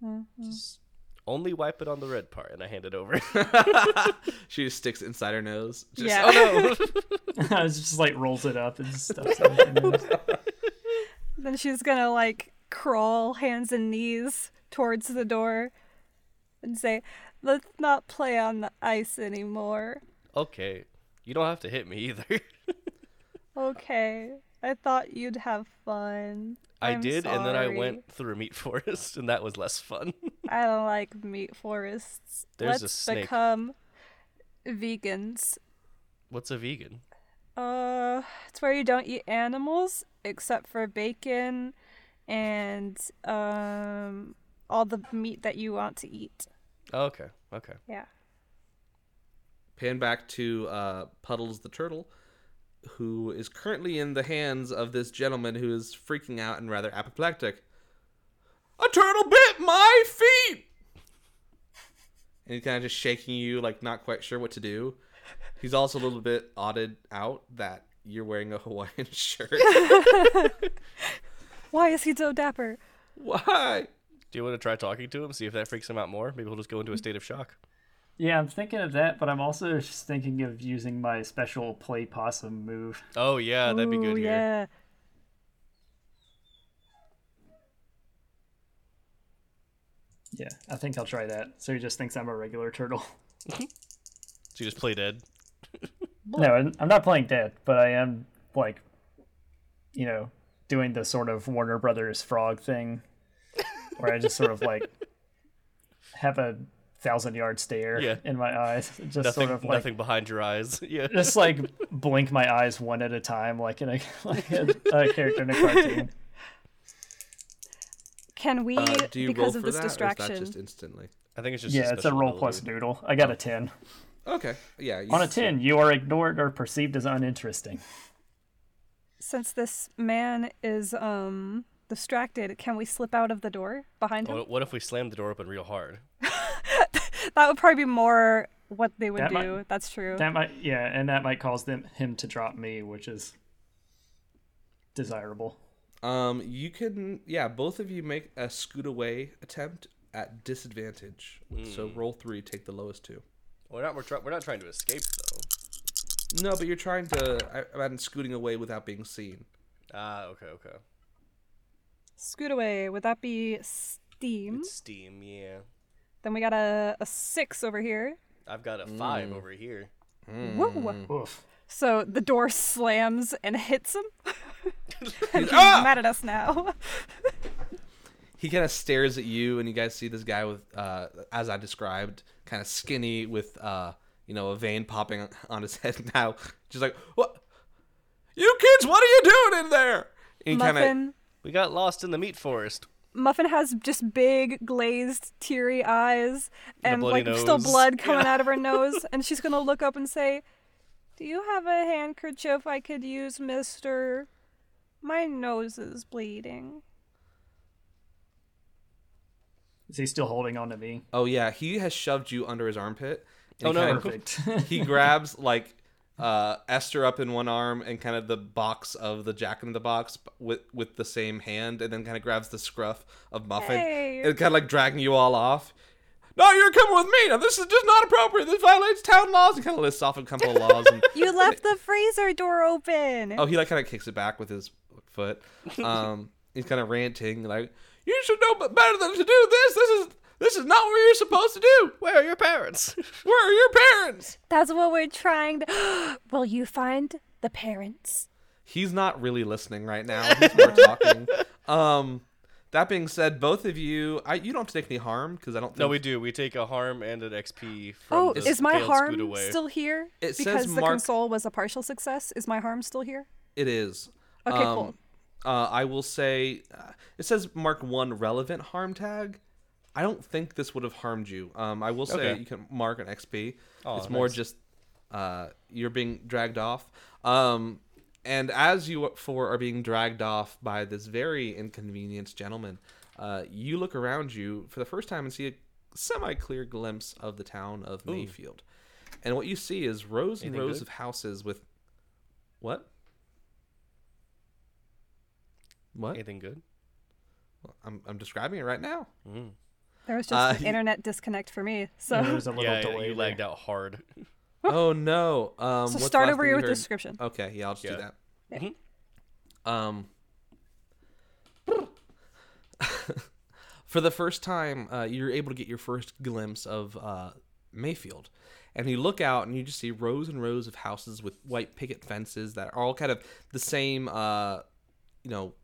D: Mm-hmm.
B: Just only wipe it on the red part, and I hand it over.
A: She just sticks it inside her nose. Just,
D: Yeah.
A: Oh no!
C: it just like rolls it up and stuffs it. in there.
D: Then she's gonna like crawl hands and knees towards the door and say, Let's not play on the ice anymore.
B: okay, you don't have to hit me either.
D: Okay. I thought you'd have fun.
B: I
D: I'm
B: did, and then I
D: sorry.
B: went through a meat forest, and that was less fun.
D: I don't like meat forests.
B: There's a
D: Let's
B: snake.
D: become vegans.
B: What's a vegan?
D: Uh, it's where you don't eat animals except for bacon and um all the meat that you want to eat.
B: Oh, okay, okay.
D: Yeah.
A: Pan back to uh, Puddles the turtle, who is currently in the hands of this gentleman who is freaking out and rather apoplectic. A turtle bit my feet! And he's kind of just shaking you, like not quite sure what to do. He's also a little bit odded out that you're wearing a Hawaiian shirt.
D: Why is he so dapper?
A: Why?
B: Do you want to try talking to him, see if that freaks him out more? Maybe he'll just go into
D: Mm.
B: a state of shock.
C: yeah, I'm thinking of that, but I'm also just thinking of using my special play possum move.
B: Oh yeah, that'd be
D: Ooh,
B: good here.
D: Yeah.
C: Yeah, I think I'll try that. So he just thinks I'm a regular turtle.
B: So you just play dead.
C: No, I'm- I'm not playing dead, but I am like you know, doing the sort of Warner Brothers frog thing where I just sort of like have a thousand yard stare
B: Yeah.
C: in my eyes. Just
B: Nothing,
C: sort of like
B: nothing behind your eyes. Yeah.
C: just like blink my eyes one at a time like in a like a, a character in a cartoon.
D: Can we,
A: Uh, do you roll
D: because
A: for
D: of this
A: that, or is that
D: distraction,
A: just instantly?
B: I think it's just
C: Yeah, it's a
B: special
C: roll
B: ability.
C: plus noodle. I got a ten.
A: Okay, yeah. You
C: On a
A: should-
C: ten, you are ignored or perceived as uninteresting.
D: since this man is um distracted, can we slip out of the door behind him?
A: Oh.
B: What, what if we slammed the door open real hard?
D: That would probably be more what they would
C: That might-
D: do. That's true.
C: That might yeah, and that might cause them him to drop me, which is desirable.
A: Um, you can, yeah, both of you make a scoot away attempt at disadvantage. So
B: Hmm.
A: roll three, take the lowest two.
B: We're not. We're, try- we're not trying to escape though.
A: No, but you're trying to. I I imagine scooting away without being seen.
B: Ah, okay, okay.
D: Scoot away. Would that be steam?
B: It's steam. Yeah.
D: Then we got a, a six over here.
B: I've got a five
D: Mm.
B: over here.
A: Hmm.
D: Whoa.
C: Oof.
D: So the door slams and hits him. and he's
A: Ah!
D: mad at us now.
A: He kind of stares at you, and you guys see this guy with, uh, as I described, kind of skinny with, uh, you know, a vein popping on his head now. Just like, what? You kids, what are you doing in there? And he kinda-
D: Muffin.
B: We got lost in the meat forest.
D: Muffin has just big glazed teary eyes
B: a
D: and
B: bloody
D: like still
B: nose.
D: blood coming out of her nose and she's going to look up and say, "Do you have a handkerchief I could use, mister? My nose is bleeding."
C: Is he still holding on to me?
A: oh yeah, he has shoved you under his armpit. and
B: Oh,
A: he
B: no.
A: kinda-
C: Perfect.
A: he grabs like uh, Esther up in one arm and kind of the box of the Jack in the Box b- with with the same hand, and then kind of grabs the scruff of Muffin
D: Hey.
A: and kind of like dragging you all off. No, you're coming with me. Now this is just not appropriate. This violates town laws. And kind of lists off a couple of laws. And,
D: You left the freezer door open.
A: oh, he like kind of kicks it back with his foot. Um, he's kind of ranting like, "You should know b- better than to do this. This is this is not what you're supposed to do.
B: Where are your parents?
A: Where are your parents?"
D: That's what we're trying to. Will you find the parents?
A: he's not really listening right now. He's more talking. Um, that being said, both of you, I you don't have to take any harm because I don't think
B: no, we do. We take a harm and an XP from
D: Oh,
B: the
D: is my
B: failed scoot
D: harm
B: away.
D: still here?
A: It says
D: because the
A: mark-
D: console was a partial success. Is my harm still here?
A: it is.
D: Okay,
A: Um,
D: cool.
A: Uh, I will say, uh, it says mark one relevant harm tag. I don't think this would have harmed you. Um, I will say
B: Okay.
A: you can mark an XP.
B: Aw,
A: it's more
B: nice.
A: just uh, you're being dragged off. Um, and as you four are being dragged off by this very inconvenienced gentleman, uh, you look around you for the first time and see a semi clear glimpse of the town of Mayfield. And what you see is rows and
B: Anything
A: rows
B: good?
A: of houses with. What? What?
B: Anything good?
A: I'm, I'm describing it right now.
D: There was just
A: Uh,
D: an
A: he-
D: internet disconnect for me. So,
C: there was a little
B: yeah,
C: delay.
B: you
C: there.
B: lagged out hard.
A: oh no. Um,
D: so
A: what's
D: start
A: last
D: over
A: thing
D: here
A: you
D: with
A: heard? Uh,
D: description.
A: Okay, yeah, I'll just do
B: Yeah.
A: that. Um, for the first time, uh, you're able to get your first glimpse of uh, Mayfield. And you look out and you just see rows and rows of houses with white picket fences that are all kind of the same, uh, you know,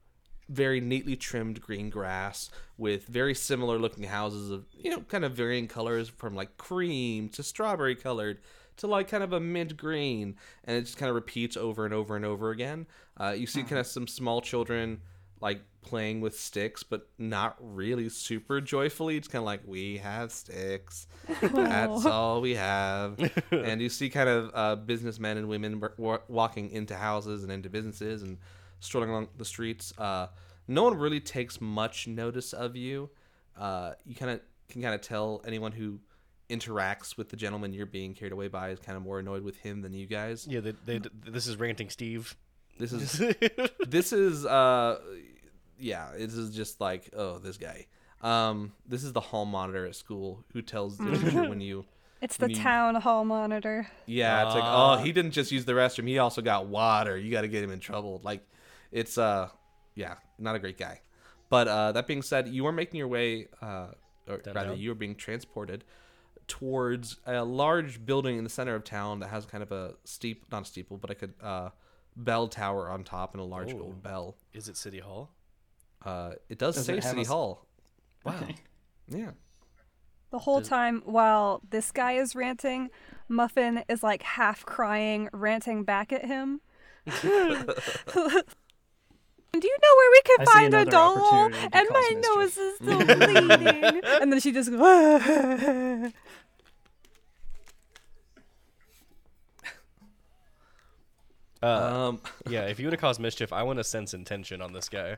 A: very neatly trimmed green grass with very similar looking houses of, you know, kind of varying colors from like cream to strawberry colored to like kind of a mint green. And it just kind of repeats over and over and over again. Uh, you see kind of some small children like playing with sticks, but not really super joyfully. It's kind of like we have sticks. That's all we have. and you see kind of uh, businessmen and women wa- wa- walking into houses and into businesses and strolling along the streets. Uh, no one really takes much notice of you. Uh, you kind of can kind of tell anyone who interacts with the gentleman you're being carried away by is kind of more annoyed with him than you guys.
B: Yeah, they, they, this is ranting Steve.
A: This is this is uh yeah this is just like oh this guy um this is the hall monitor at school who tells the teacher when you
D: It's the
A: mean-
D: town hall monitor.
A: yeah it's like
B: Ah.
A: oh he didn't just use the restroom he also got water you got to get him in trouble like it's uh yeah not a great guy but uh that being said you are making your way uh or rather
B: Downtown?
A: you are being transported towards a large building in the center of town that has kind of a steep not a steeple but like a uh bell tower on top and a large
B: Ooh.
A: gold bell.
B: Is it City Hall?
A: Uh, it does,
C: Does
A: say
C: it have
A: City
C: a s-
A: Hall.
B: Wow.
A: Yeah.
D: The whole time while this guy is ranting, Muffin is like half crying, ranting back at him. Do you know where we
C: I
D: can
C: see
D: find a
C: another
D: doll?
C: opportunity to
D: And
C: cause
D: my nose
C: mischief.
D: is still bleeding. and then she just goes.
A: Um,
B: Yeah, if you want to cause mischief, I want to sense intention on this guy.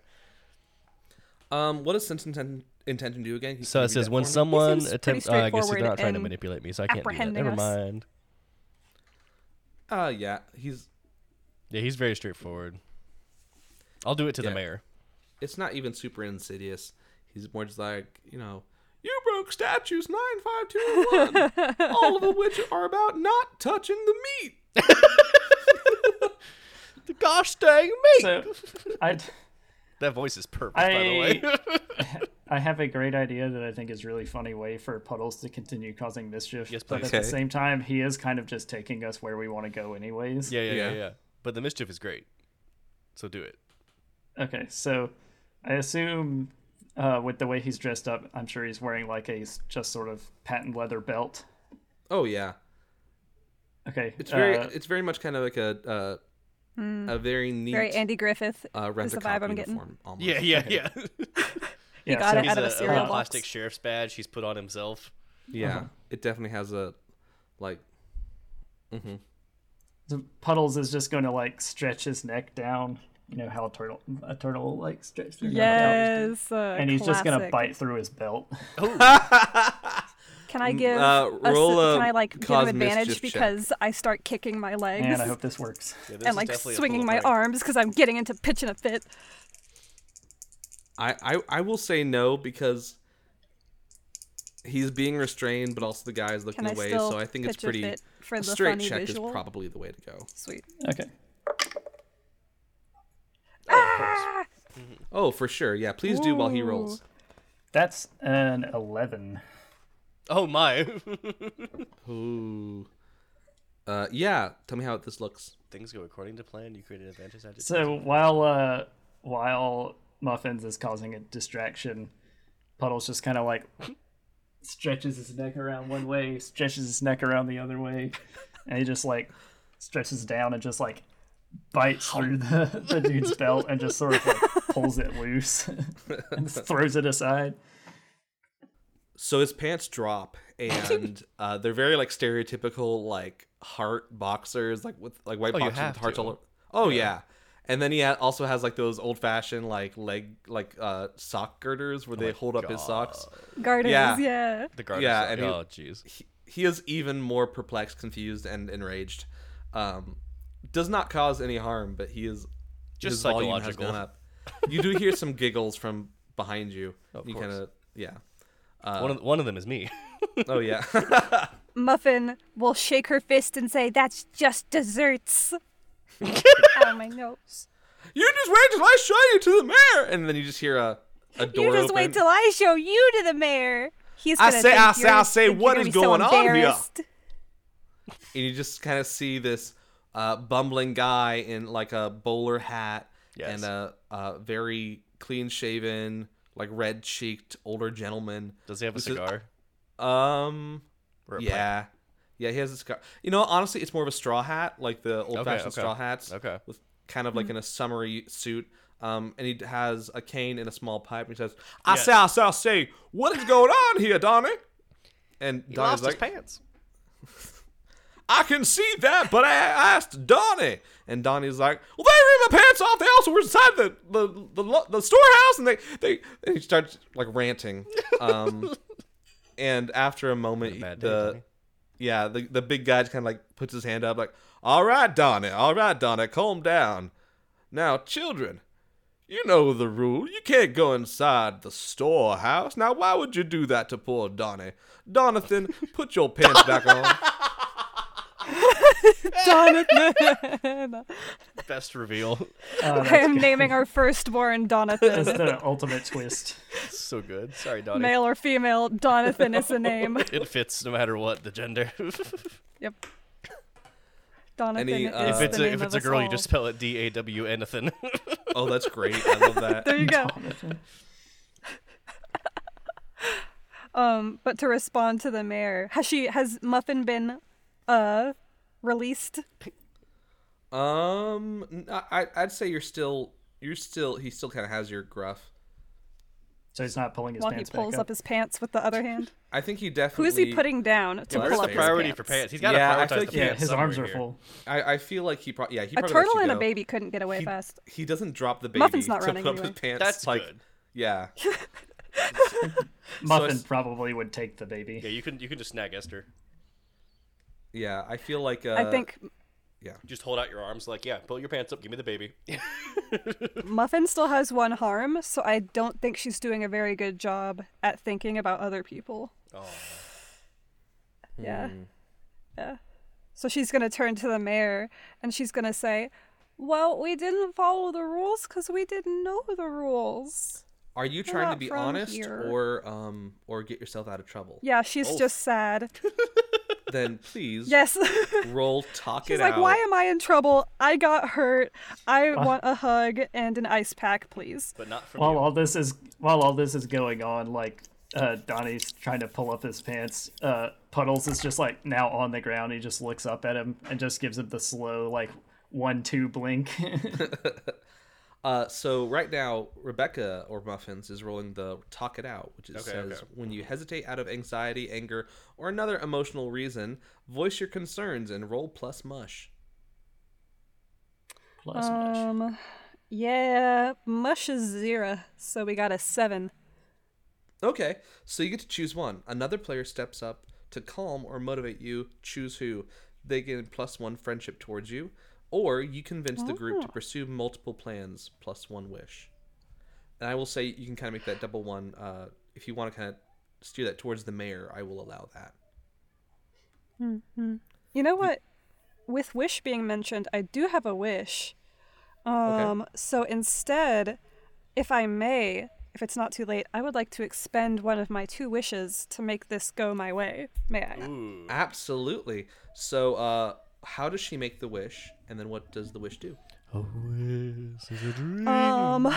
A: um, what does sense inten- intention do again? Can you
B: So
A: read
B: it says
A: that
B: when
A: for me?
B: someone
D: seems pretty
B: attempts, uh, I guess he's
D: straightforward
B: not trying to
D: in
B: manipulate me, so I can't do that.
D: apprehending
B: Never
D: us.
B: mind.
A: Uh, yeah, he's.
B: Yeah, he's very straightforward. I'll do it to
A: Yeah.
B: the mayor.
A: It's not even super insidious. He's more just like you know. You broke statutes nine five two oh one, all of which are about not touching the meat.
B: The gosh dang me!
C: So, I
B: that voice is perfect, by the way.
C: I I have a great idea that I think is really funny way for Puddles to continue causing mischief.
B: Yes,
C: But
B: please.
C: at
A: Okay.
C: the same time, he is kind of just taking us where we want to go, anyways.
B: yeah, yeah, yeah,
A: Yeah.
B: yeah. But the mischief is great. So do it.
C: Okay, so I assume uh, with the way he's dressed up, I'm sure he's wearing like a s- just sort of patent leather belt.
A: Oh yeah,
C: Okay,
A: it's very
C: uh,
A: it's very much kind of like a uh, a very neat
D: Very Andy Griffith.
A: uh, rent
D: is
A: a
D: the vibe
A: cop
D: I'm getting.
A: uniform. Almost.
B: Yeah, yeah, yeah.
C: yeah,
D: got
C: so
D: it
B: he's a,
D: out of a
B: a
D: cereal
B: little
D: box.
B: plastic sheriff's badge he's put on himself.
A: Yeah, it definitely has a like mm-hmm.
C: the Puddles is just going to like stretch his neck down. You know how a turtle a turtle like stretches their neck down.
D: Yes. uh,
C: And he's just gonna
D: classic.
C: bite through his belt.
D: Can I give?
A: uh,
D: a s-
A: roll a
D: can I like give
A: cause
D: him advantage
A: mischief check.
D: because I start kicking my legs
C: Man, I hope this works.
B: Yeah, this
D: and
B: is
D: like
B: definitely a
D: swinging
B: full
D: my
B: break.
D: arms because I'm getting into pitching a fit.
A: I, I I will say no because he's being restrained, but also the guy is looking
D: Can I
A: away.
D: still
A: So I think it's
D: pitch a
A: pretty
D: fit for
A: a
D: the
A: straight
D: funny
A: check
D: visual?
A: is probably the way to go.
D: Sweet.
C: Okay.
A: Oh, for sure. Yeah, please do while he rolls.
C: That's an eleven.
B: Oh my.
A: Ooh. Uh, yeah. Tell me how this looks.
B: Things go according to plan. You created advantage. I just
C: So while uh while Muffins is causing a distraction, Puddles just kind of like stretches his neck around one way, stretches his neck around the other way, and he just like stretches down and just like bites through the, the dude's belt and just sort of like pulls it loose and throws it aside.
A: So his pants drop, and uh, they're very like stereotypical like heart boxers, like with like white
B: Oh, you
A: boxers
B: have
A: with hearts
B: to.
A: all over. Oh yeah. And then he ha- also has like those old fashioned like leg like uh sock girders
B: Oh
A: where they hold up his socks.
D: Gardens,
A: Yeah.
D: yeah.
B: the guard.
A: Yeah,
B: Yeah,
A: and he-
B: oh jeez.
A: he- he is even more perplexed, confused, and enraged. Um, does not cause any harm, but he is
B: Just
A: his volume has
B: psychological.
A: gone up. You do hear some giggles from behind you.
B: Of
A: you
B: course.
A: kind of yeah. Uh,
B: one, of, one of them is me.
A: Oh yeah.
D: Muffin will shake her fist and say, "That's just desserts." Ow, my nose.
A: you just wait till I show you to the mayor, and then you just hear a a door
D: You just
A: open.
D: wait till I show you to the mayor. He's
A: I
D: gonna
A: say-
D: think
A: I say-
D: you're-
A: I say,
D: think you're
A: what
D: gonna
A: is
D: be so
A: going on here?
D: embarrassed.
A: and you just kind of see this uh, bumbling guy in like a bowler hat
B: Yes.
A: and a, a very clean shaven, like red cheeked older gentleman.
B: Does he have a
A: This is-
B: cigar?
A: Um.
B: Or a pipe?
A: Yeah. Yeah, he has a cigar. You know, honestly, it's more of a straw hat, like the old fashioned
B: okay.
A: straw hats.
B: Okay.
A: With kind of like in a summery suit. Um, and he has a cane and a small pipe. And he says, I say, I say, I say, what is going on here, Donnie? And
B: He
A: Donnie's
B: lost
A: like,
B: his pants.
A: I can see that, but I asked Donnie. And Donnie's like, well, they ripped my pants off. They also were inside the, the, the, lo- the storehouse. And they, they, and he starts like ranting. Um, and after a moment,
B: Bad day,
A: the,
B: Tony.
A: yeah, the, the big guy kind of like puts his hand up, like, all right, Donnie, all right, Donnie, calm down. Now, children, you know the rule. You can't go inside the storehouse. Now, why would you do that to poor Donnie? Donathan, put your pants back on.
D: Donathan.
B: Best reveal.
C: Uh,
D: I
C: that's
D: am naming our firstborn Donathan.
C: that's the ultimate twist.
B: so good. Sorry, Donnie.
D: Male or female, Donathan is the name.
A: Uh,
B: It fits no matter what the gender.
D: Yep. Donathan
A: Any, uh, If
B: If
D: is
B: it's
D: the
B: a,
D: name
B: if
D: of
B: it's a
D: us
B: girl, you
D: all.
B: just spell it D A W anything.
A: Oh, that's great. I love that.
D: There you go.
C: Jonathan.
D: Um, but to respond to the mayor, has she has Muffin been uh released?
A: Um, n- I I'd say you're still you're still he still kind of has your gruff.
C: So he's not pulling his
D: While he
C: pants
D: pulls
C: back
D: up.
C: up.
D: his pants with the other hand,
A: I think he
D: who
A: definitely.
D: is he putting down to
A: Where's
D: pull
A: the
D: up his
B: priority
D: pants?
B: for pants. He's got to
A: Yeah, I
B: prioritize
A: feel like
B: the
A: he-
C: yeah,
B: pants
C: his arms
B: somewhere
C: are
B: here.
C: full.
A: I, I feel like he probably yeah he
D: A
A: probably lets
D: turtle
A: you
D: and a
A: go.
D: baby couldn't get away
A: He,
D: fast.
A: he doesn't drop the baby
D: Muffin's not
A: to
D: running
A: put up
D: anyway.
A: his pants.
B: That's
A: like,
B: good.
A: Yeah,
C: Muffin
A: it's-
C: probably would take the baby.
B: Yeah, you can you can just snag Esther.
A: yeah. I feel like uh,
D: I think
B: Just hold out your arms, like yeah, pull your pants up, give me the baby.
D: Muffin still has one harm, so I don't think she's doing a very good job at thinking about other people.
B: Oh,
D: Yeah. Yeah. So she's going to turn to the mayor and she's going to say, Well, we didn't follow the rules because we didn't know the rules.
A: Are you trying to
D: not
A: be
D: from
A: honest
D: here.
A: or um or get yourself out of trouble?
D: Yeah, she's just sad.
A: Then please
D: Yes.
A: roll talk
D: she's
A: it
D: like,
A: out.
D: Why am I in trouble? I got hurt. I want a hug and an ice pack, please.
B: but not from
C: While
B: you.
C: all this is while all this is going on, like uh, Donnie's trying to pull up his pants. Uh, Puddles is just like now on the ground. He just looks up at him and just gives him the slow like one two blink.
A: Uh, so right now, Rebecca or Muffins is rolling the talk it out, which it
B: Okay,
A: says
B: okay.
A: when you hesitate out of anxiety, anger, or another emotional reason, voice your concerns and roll plus mush.
C: Plus much.
D: Um, yeah, mush is zero, so we got a seven.
A: Okay, so you get to choose one. Another player steps up to calm or motivate you. Choose who. They gain plus one friendship towards you, or you convince the group to pursue multiple plans plus one wish. And I will say you can kind of make that double one. Uh, if you want to kind of steer that towards the mayor, I will allow that.
D: You know what? With wish being mentioned, I do have a wish. Um, So instead, if I may, if it's not too late, I would like to expend one of my two wishes to make this go my way. May I?
A: Absolutely. So, uh, how does she make the wish, and then what does the wish do?
D: Um,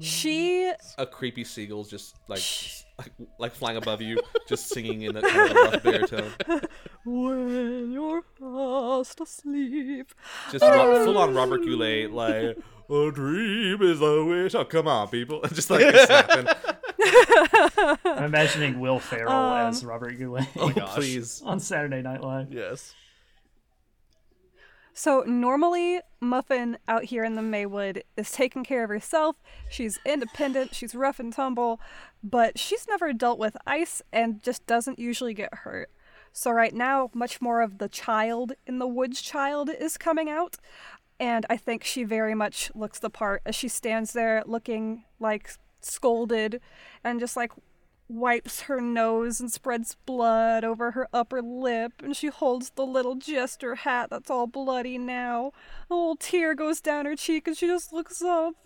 D: she
A: A creepy seagull's just like s- like, like flying above you, just singing in a kind of a rough baritone,
D: when you're fast asleep.
A: just ro- full on Robert Goulet like a dream is a wish. Oh come on, people! Just like it's snapping.
C: I'm imagining Will Ferrell
D: Um.
C: as Robert Goulet
B: Oh gosh.
A: Please,
C: on Saturday Night Live.
B: yes.
D: So normally Muffin out here in the Maywood is taking care of herself. She's independent, she's rough and tumble, but she's never dealt with ice and just doesn't usually get hurt. So right now, much more of the child in the woods child is coming out, and I think she very much looks the part as she stands there looking like scolded and just like wipes her nose and spreads blood over her upper lip, and she holds the little jester hat that's all bloody now. A little tear goes down her cheek, and she just looks up.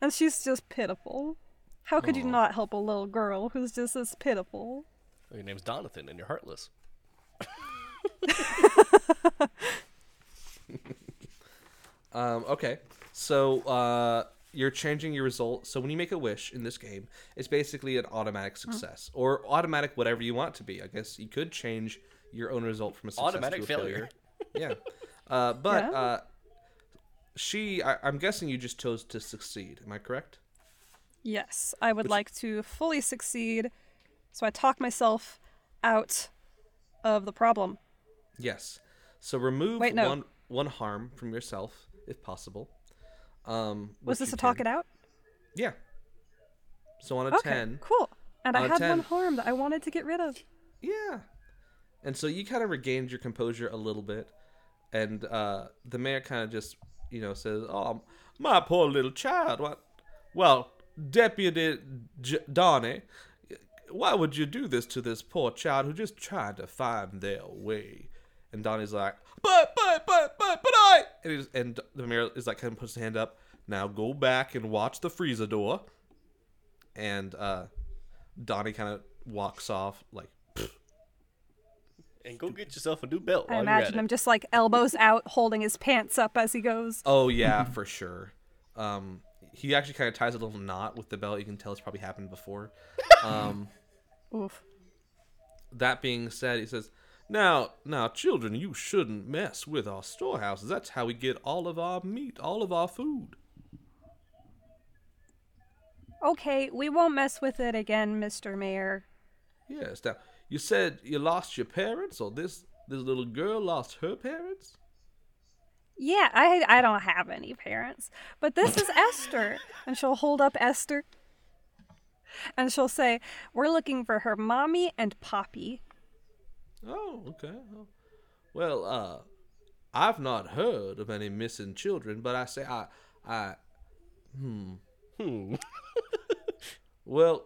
D: And she's just pitiful. How could you not help a little girl who's just as pitiful?
B: Oh, Your name's Donathan, and you're heartless.
A: Um, okay, so uh, you're changing your result. So when you make a wish in this game, it's basically an automatic
D: Uh-huh.
A: success or automatic whatever you want to be. I guess you could change your own result from a success
B: Automatic
A: to a
B: failure.
A: failure. yeah, uh, but
D: Yeah.
A: uh, she. I, I'm guessing you just chose to succeed. Am I correct?
D: Yes, I would like to fully succeed, so I talk myself out of the problem.
A: Yes. So remove
D: Wait, no.
A: one one harm from yourself if possible. Um, which
D: Was this
A: you
D: to talk
A: can-
D: it out?
A: Yeah. So on a
D: Okay,
A: ten,
D: cool. And I
A: On a
D: had
A: 10.
D: one harm that I wanted to get rid of.
A: Yeah. And so you kind of regained your composure a little bit. And uh, the mayor kind of just, you know, says, Oh, my poor little child. What? Well, Deputy J- Donnie, why would you do this to this poor child who just tried to find their way? And Donnie's like, But, but, but, but, but I. And, he just, and the mayor is like, kind of puts his hand up. Now go back and watch the freezer door. And uh, Donnie kind of walks off, like,
B: and go get yourself a new belt.
D: I
B: while
D: imagine
B: you're at
D: him
B: it.
D: just like elbows out, holding his pants up as he goes.
A: Oh yeah, for sure. Um, he actually kind of ties a little knot with the belt. You can tell it's probably happened before. Um,
D: Oof.
A: that being said, he says, "Now, now, children, you shouldn't mess with our storehouses. That's how we get all of our meat, all of our food."
D: Okay, we won't mess with it again, Mr. Mayor.
A: Yes. Now, you said you lost your parents, or this this little girl lost her parents.
D: Yeah, I I don't have any parents, but this is Esther, and she'll hold up Esther, and she'll say, "We're looking for her mommy and poppy."
A: Oh, okay. Oh. Well, uh, I've not heard of any missing children, but I say I, I,
B: Hmm.
A: well,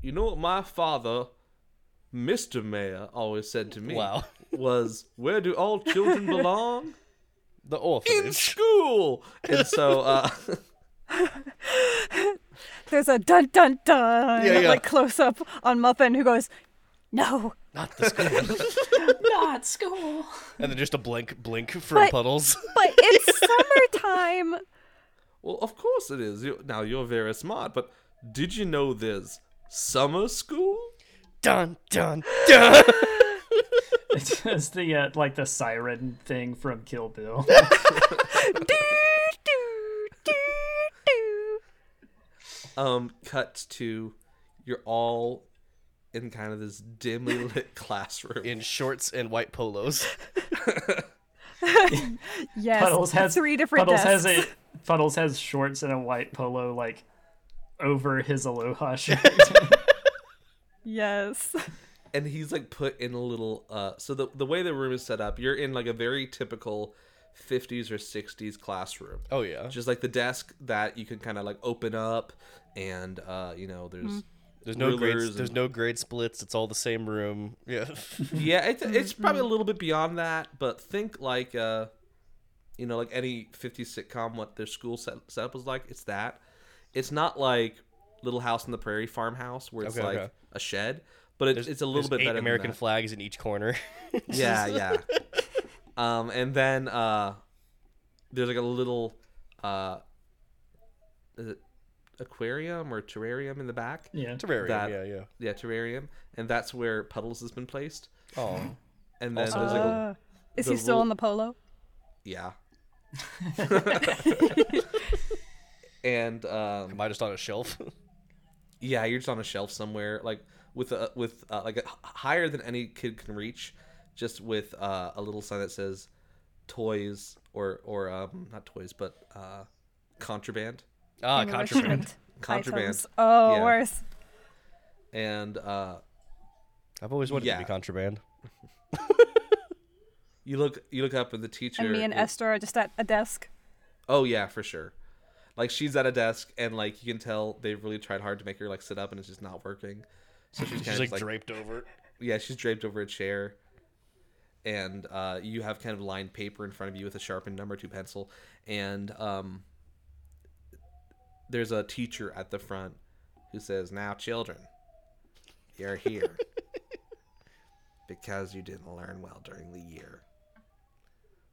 A: you know what my father, Mister Mayor, always said to me
B: Wow.
A: was, "Where do all children belong?
B: The
A: In
B: orphanage.
A: school." And so, uh,
D: There's a dun dun dun
B: Yeah, yeah.
D: like close up on Muffin who goes, "No,
B: Not the school.
C: Not school.
B: and then just a blink, blink from
D: But-
B: puddles.
D: but it's summertime."
A: well, of course it is. You, now you're very smart, but did you know there's summer school?
B: dun dun dun.
C: It's just the uh, like the siren thing from Kill Bill.
D: do do do do.
A: um cuts to you're all in kind of this dimly lit classroom
B: In shorts and white polos.
D: Yes,
C: Puddles has
D: three different
C: Puddles
D: desks.
C: has a Puddles has shorts and a white polo like over his aloha shirt.
D: Yes.
A: and he's like put in a little uh so the, the way the room is set up you're in like a very typical 50s or 60s classroom
B: Oh yeah.
A: just like the desk that you can kind of like open up and uh you know there's
B: There's no grades.
A: rulers
B: There's
A: and-
B: no grade splits. It's all the same room. Yeah.
A: yeah it's, it's probably a little bit beyond that but think like uh you know like any 50s sitcom what their school set, setup was like it's that it's not like little house on the prairie farmhouse where it's
B: Okay,
A: like
B: okay.
A: a shed but it's,
B: There's-
A: it's a little
B: there's
A: bit
B: eight
A: better
B: American
A: than
B: flags in each corner.
A: that. yeah yeah um and then uh there's like a little uh is it aquarium or terrarium in the back
C: yeah.
B: Terrarium.
A: That-
B: Yeah, yeah.
A: yeah terrarium and that's where puddles has been placed
B: Oh,
A: and then
B: Also-
A: there's like a
D: Uh, is
A: the
D: he still
A: rule-
D: in the polo?
A: Yeah. and um,
B: am I just on a shelf?
A: yeah, you're just on a shelf somewhere, like with a with uh, like a, higher than any kid can reach, just with uh, a little sign that says "toys" or or um, not toys, but uh, contraband.
B: ah, contraband.
D: Enrichment
A: Contraband.
D: items. Oh,
A: Yeah.
D: worse.
A: And uh,
B: I've always wanted to
A: Yeah.
B: be contraband.
A: you look you look up, and the teacher
D: And me and
A: is-
D: Esther are just at a desk.
A: Oh yeah, for sure. Like she's at a desk, and like you can tell they've really tried hard to make her like sit up, and it's just not working. So she's kind
B: She's
A: of
B: like,
A: like
B: draped over.
A: yeah, she's draped over a chair, and uh, you have kind of lined paper in front of you with a sharpened number two pencil, and um, there's a teacher at the front who says, "Now, children, you're here because you didn't learn well during the year,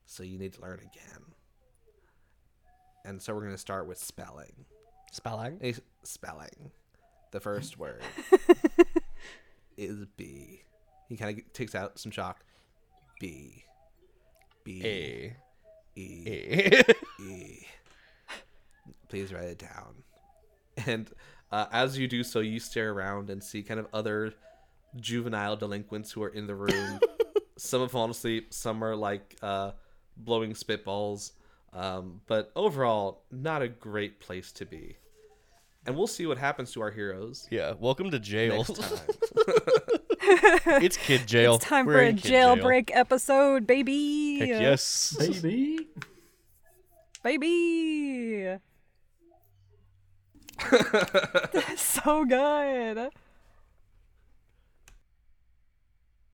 A: so you need to learn again." And so we're going to start with spelling.
B: Spelling.
A: A spelling. The first word is B. He kind of takes out some chalk. B. B.
B: A.
A: E.
B: A.
A: E. Please write it down. And uh, as you do so, you stare around and see kind of other juvenile delinquents who are in the room. some have fallen asleep, some are like uh, blowing spitballs. Um, but overall, not a great place to be. And we'll see what happens to our heroes
B: yeah. Welcome to jail.
A: next time.
B: it's kid jail.
D: It's time
B: We're
D: for a
B: in kid jail.
D: jailbreak episode, baby. Uh,
B: Heck yes.
C: Baby.
D: Baby. so good.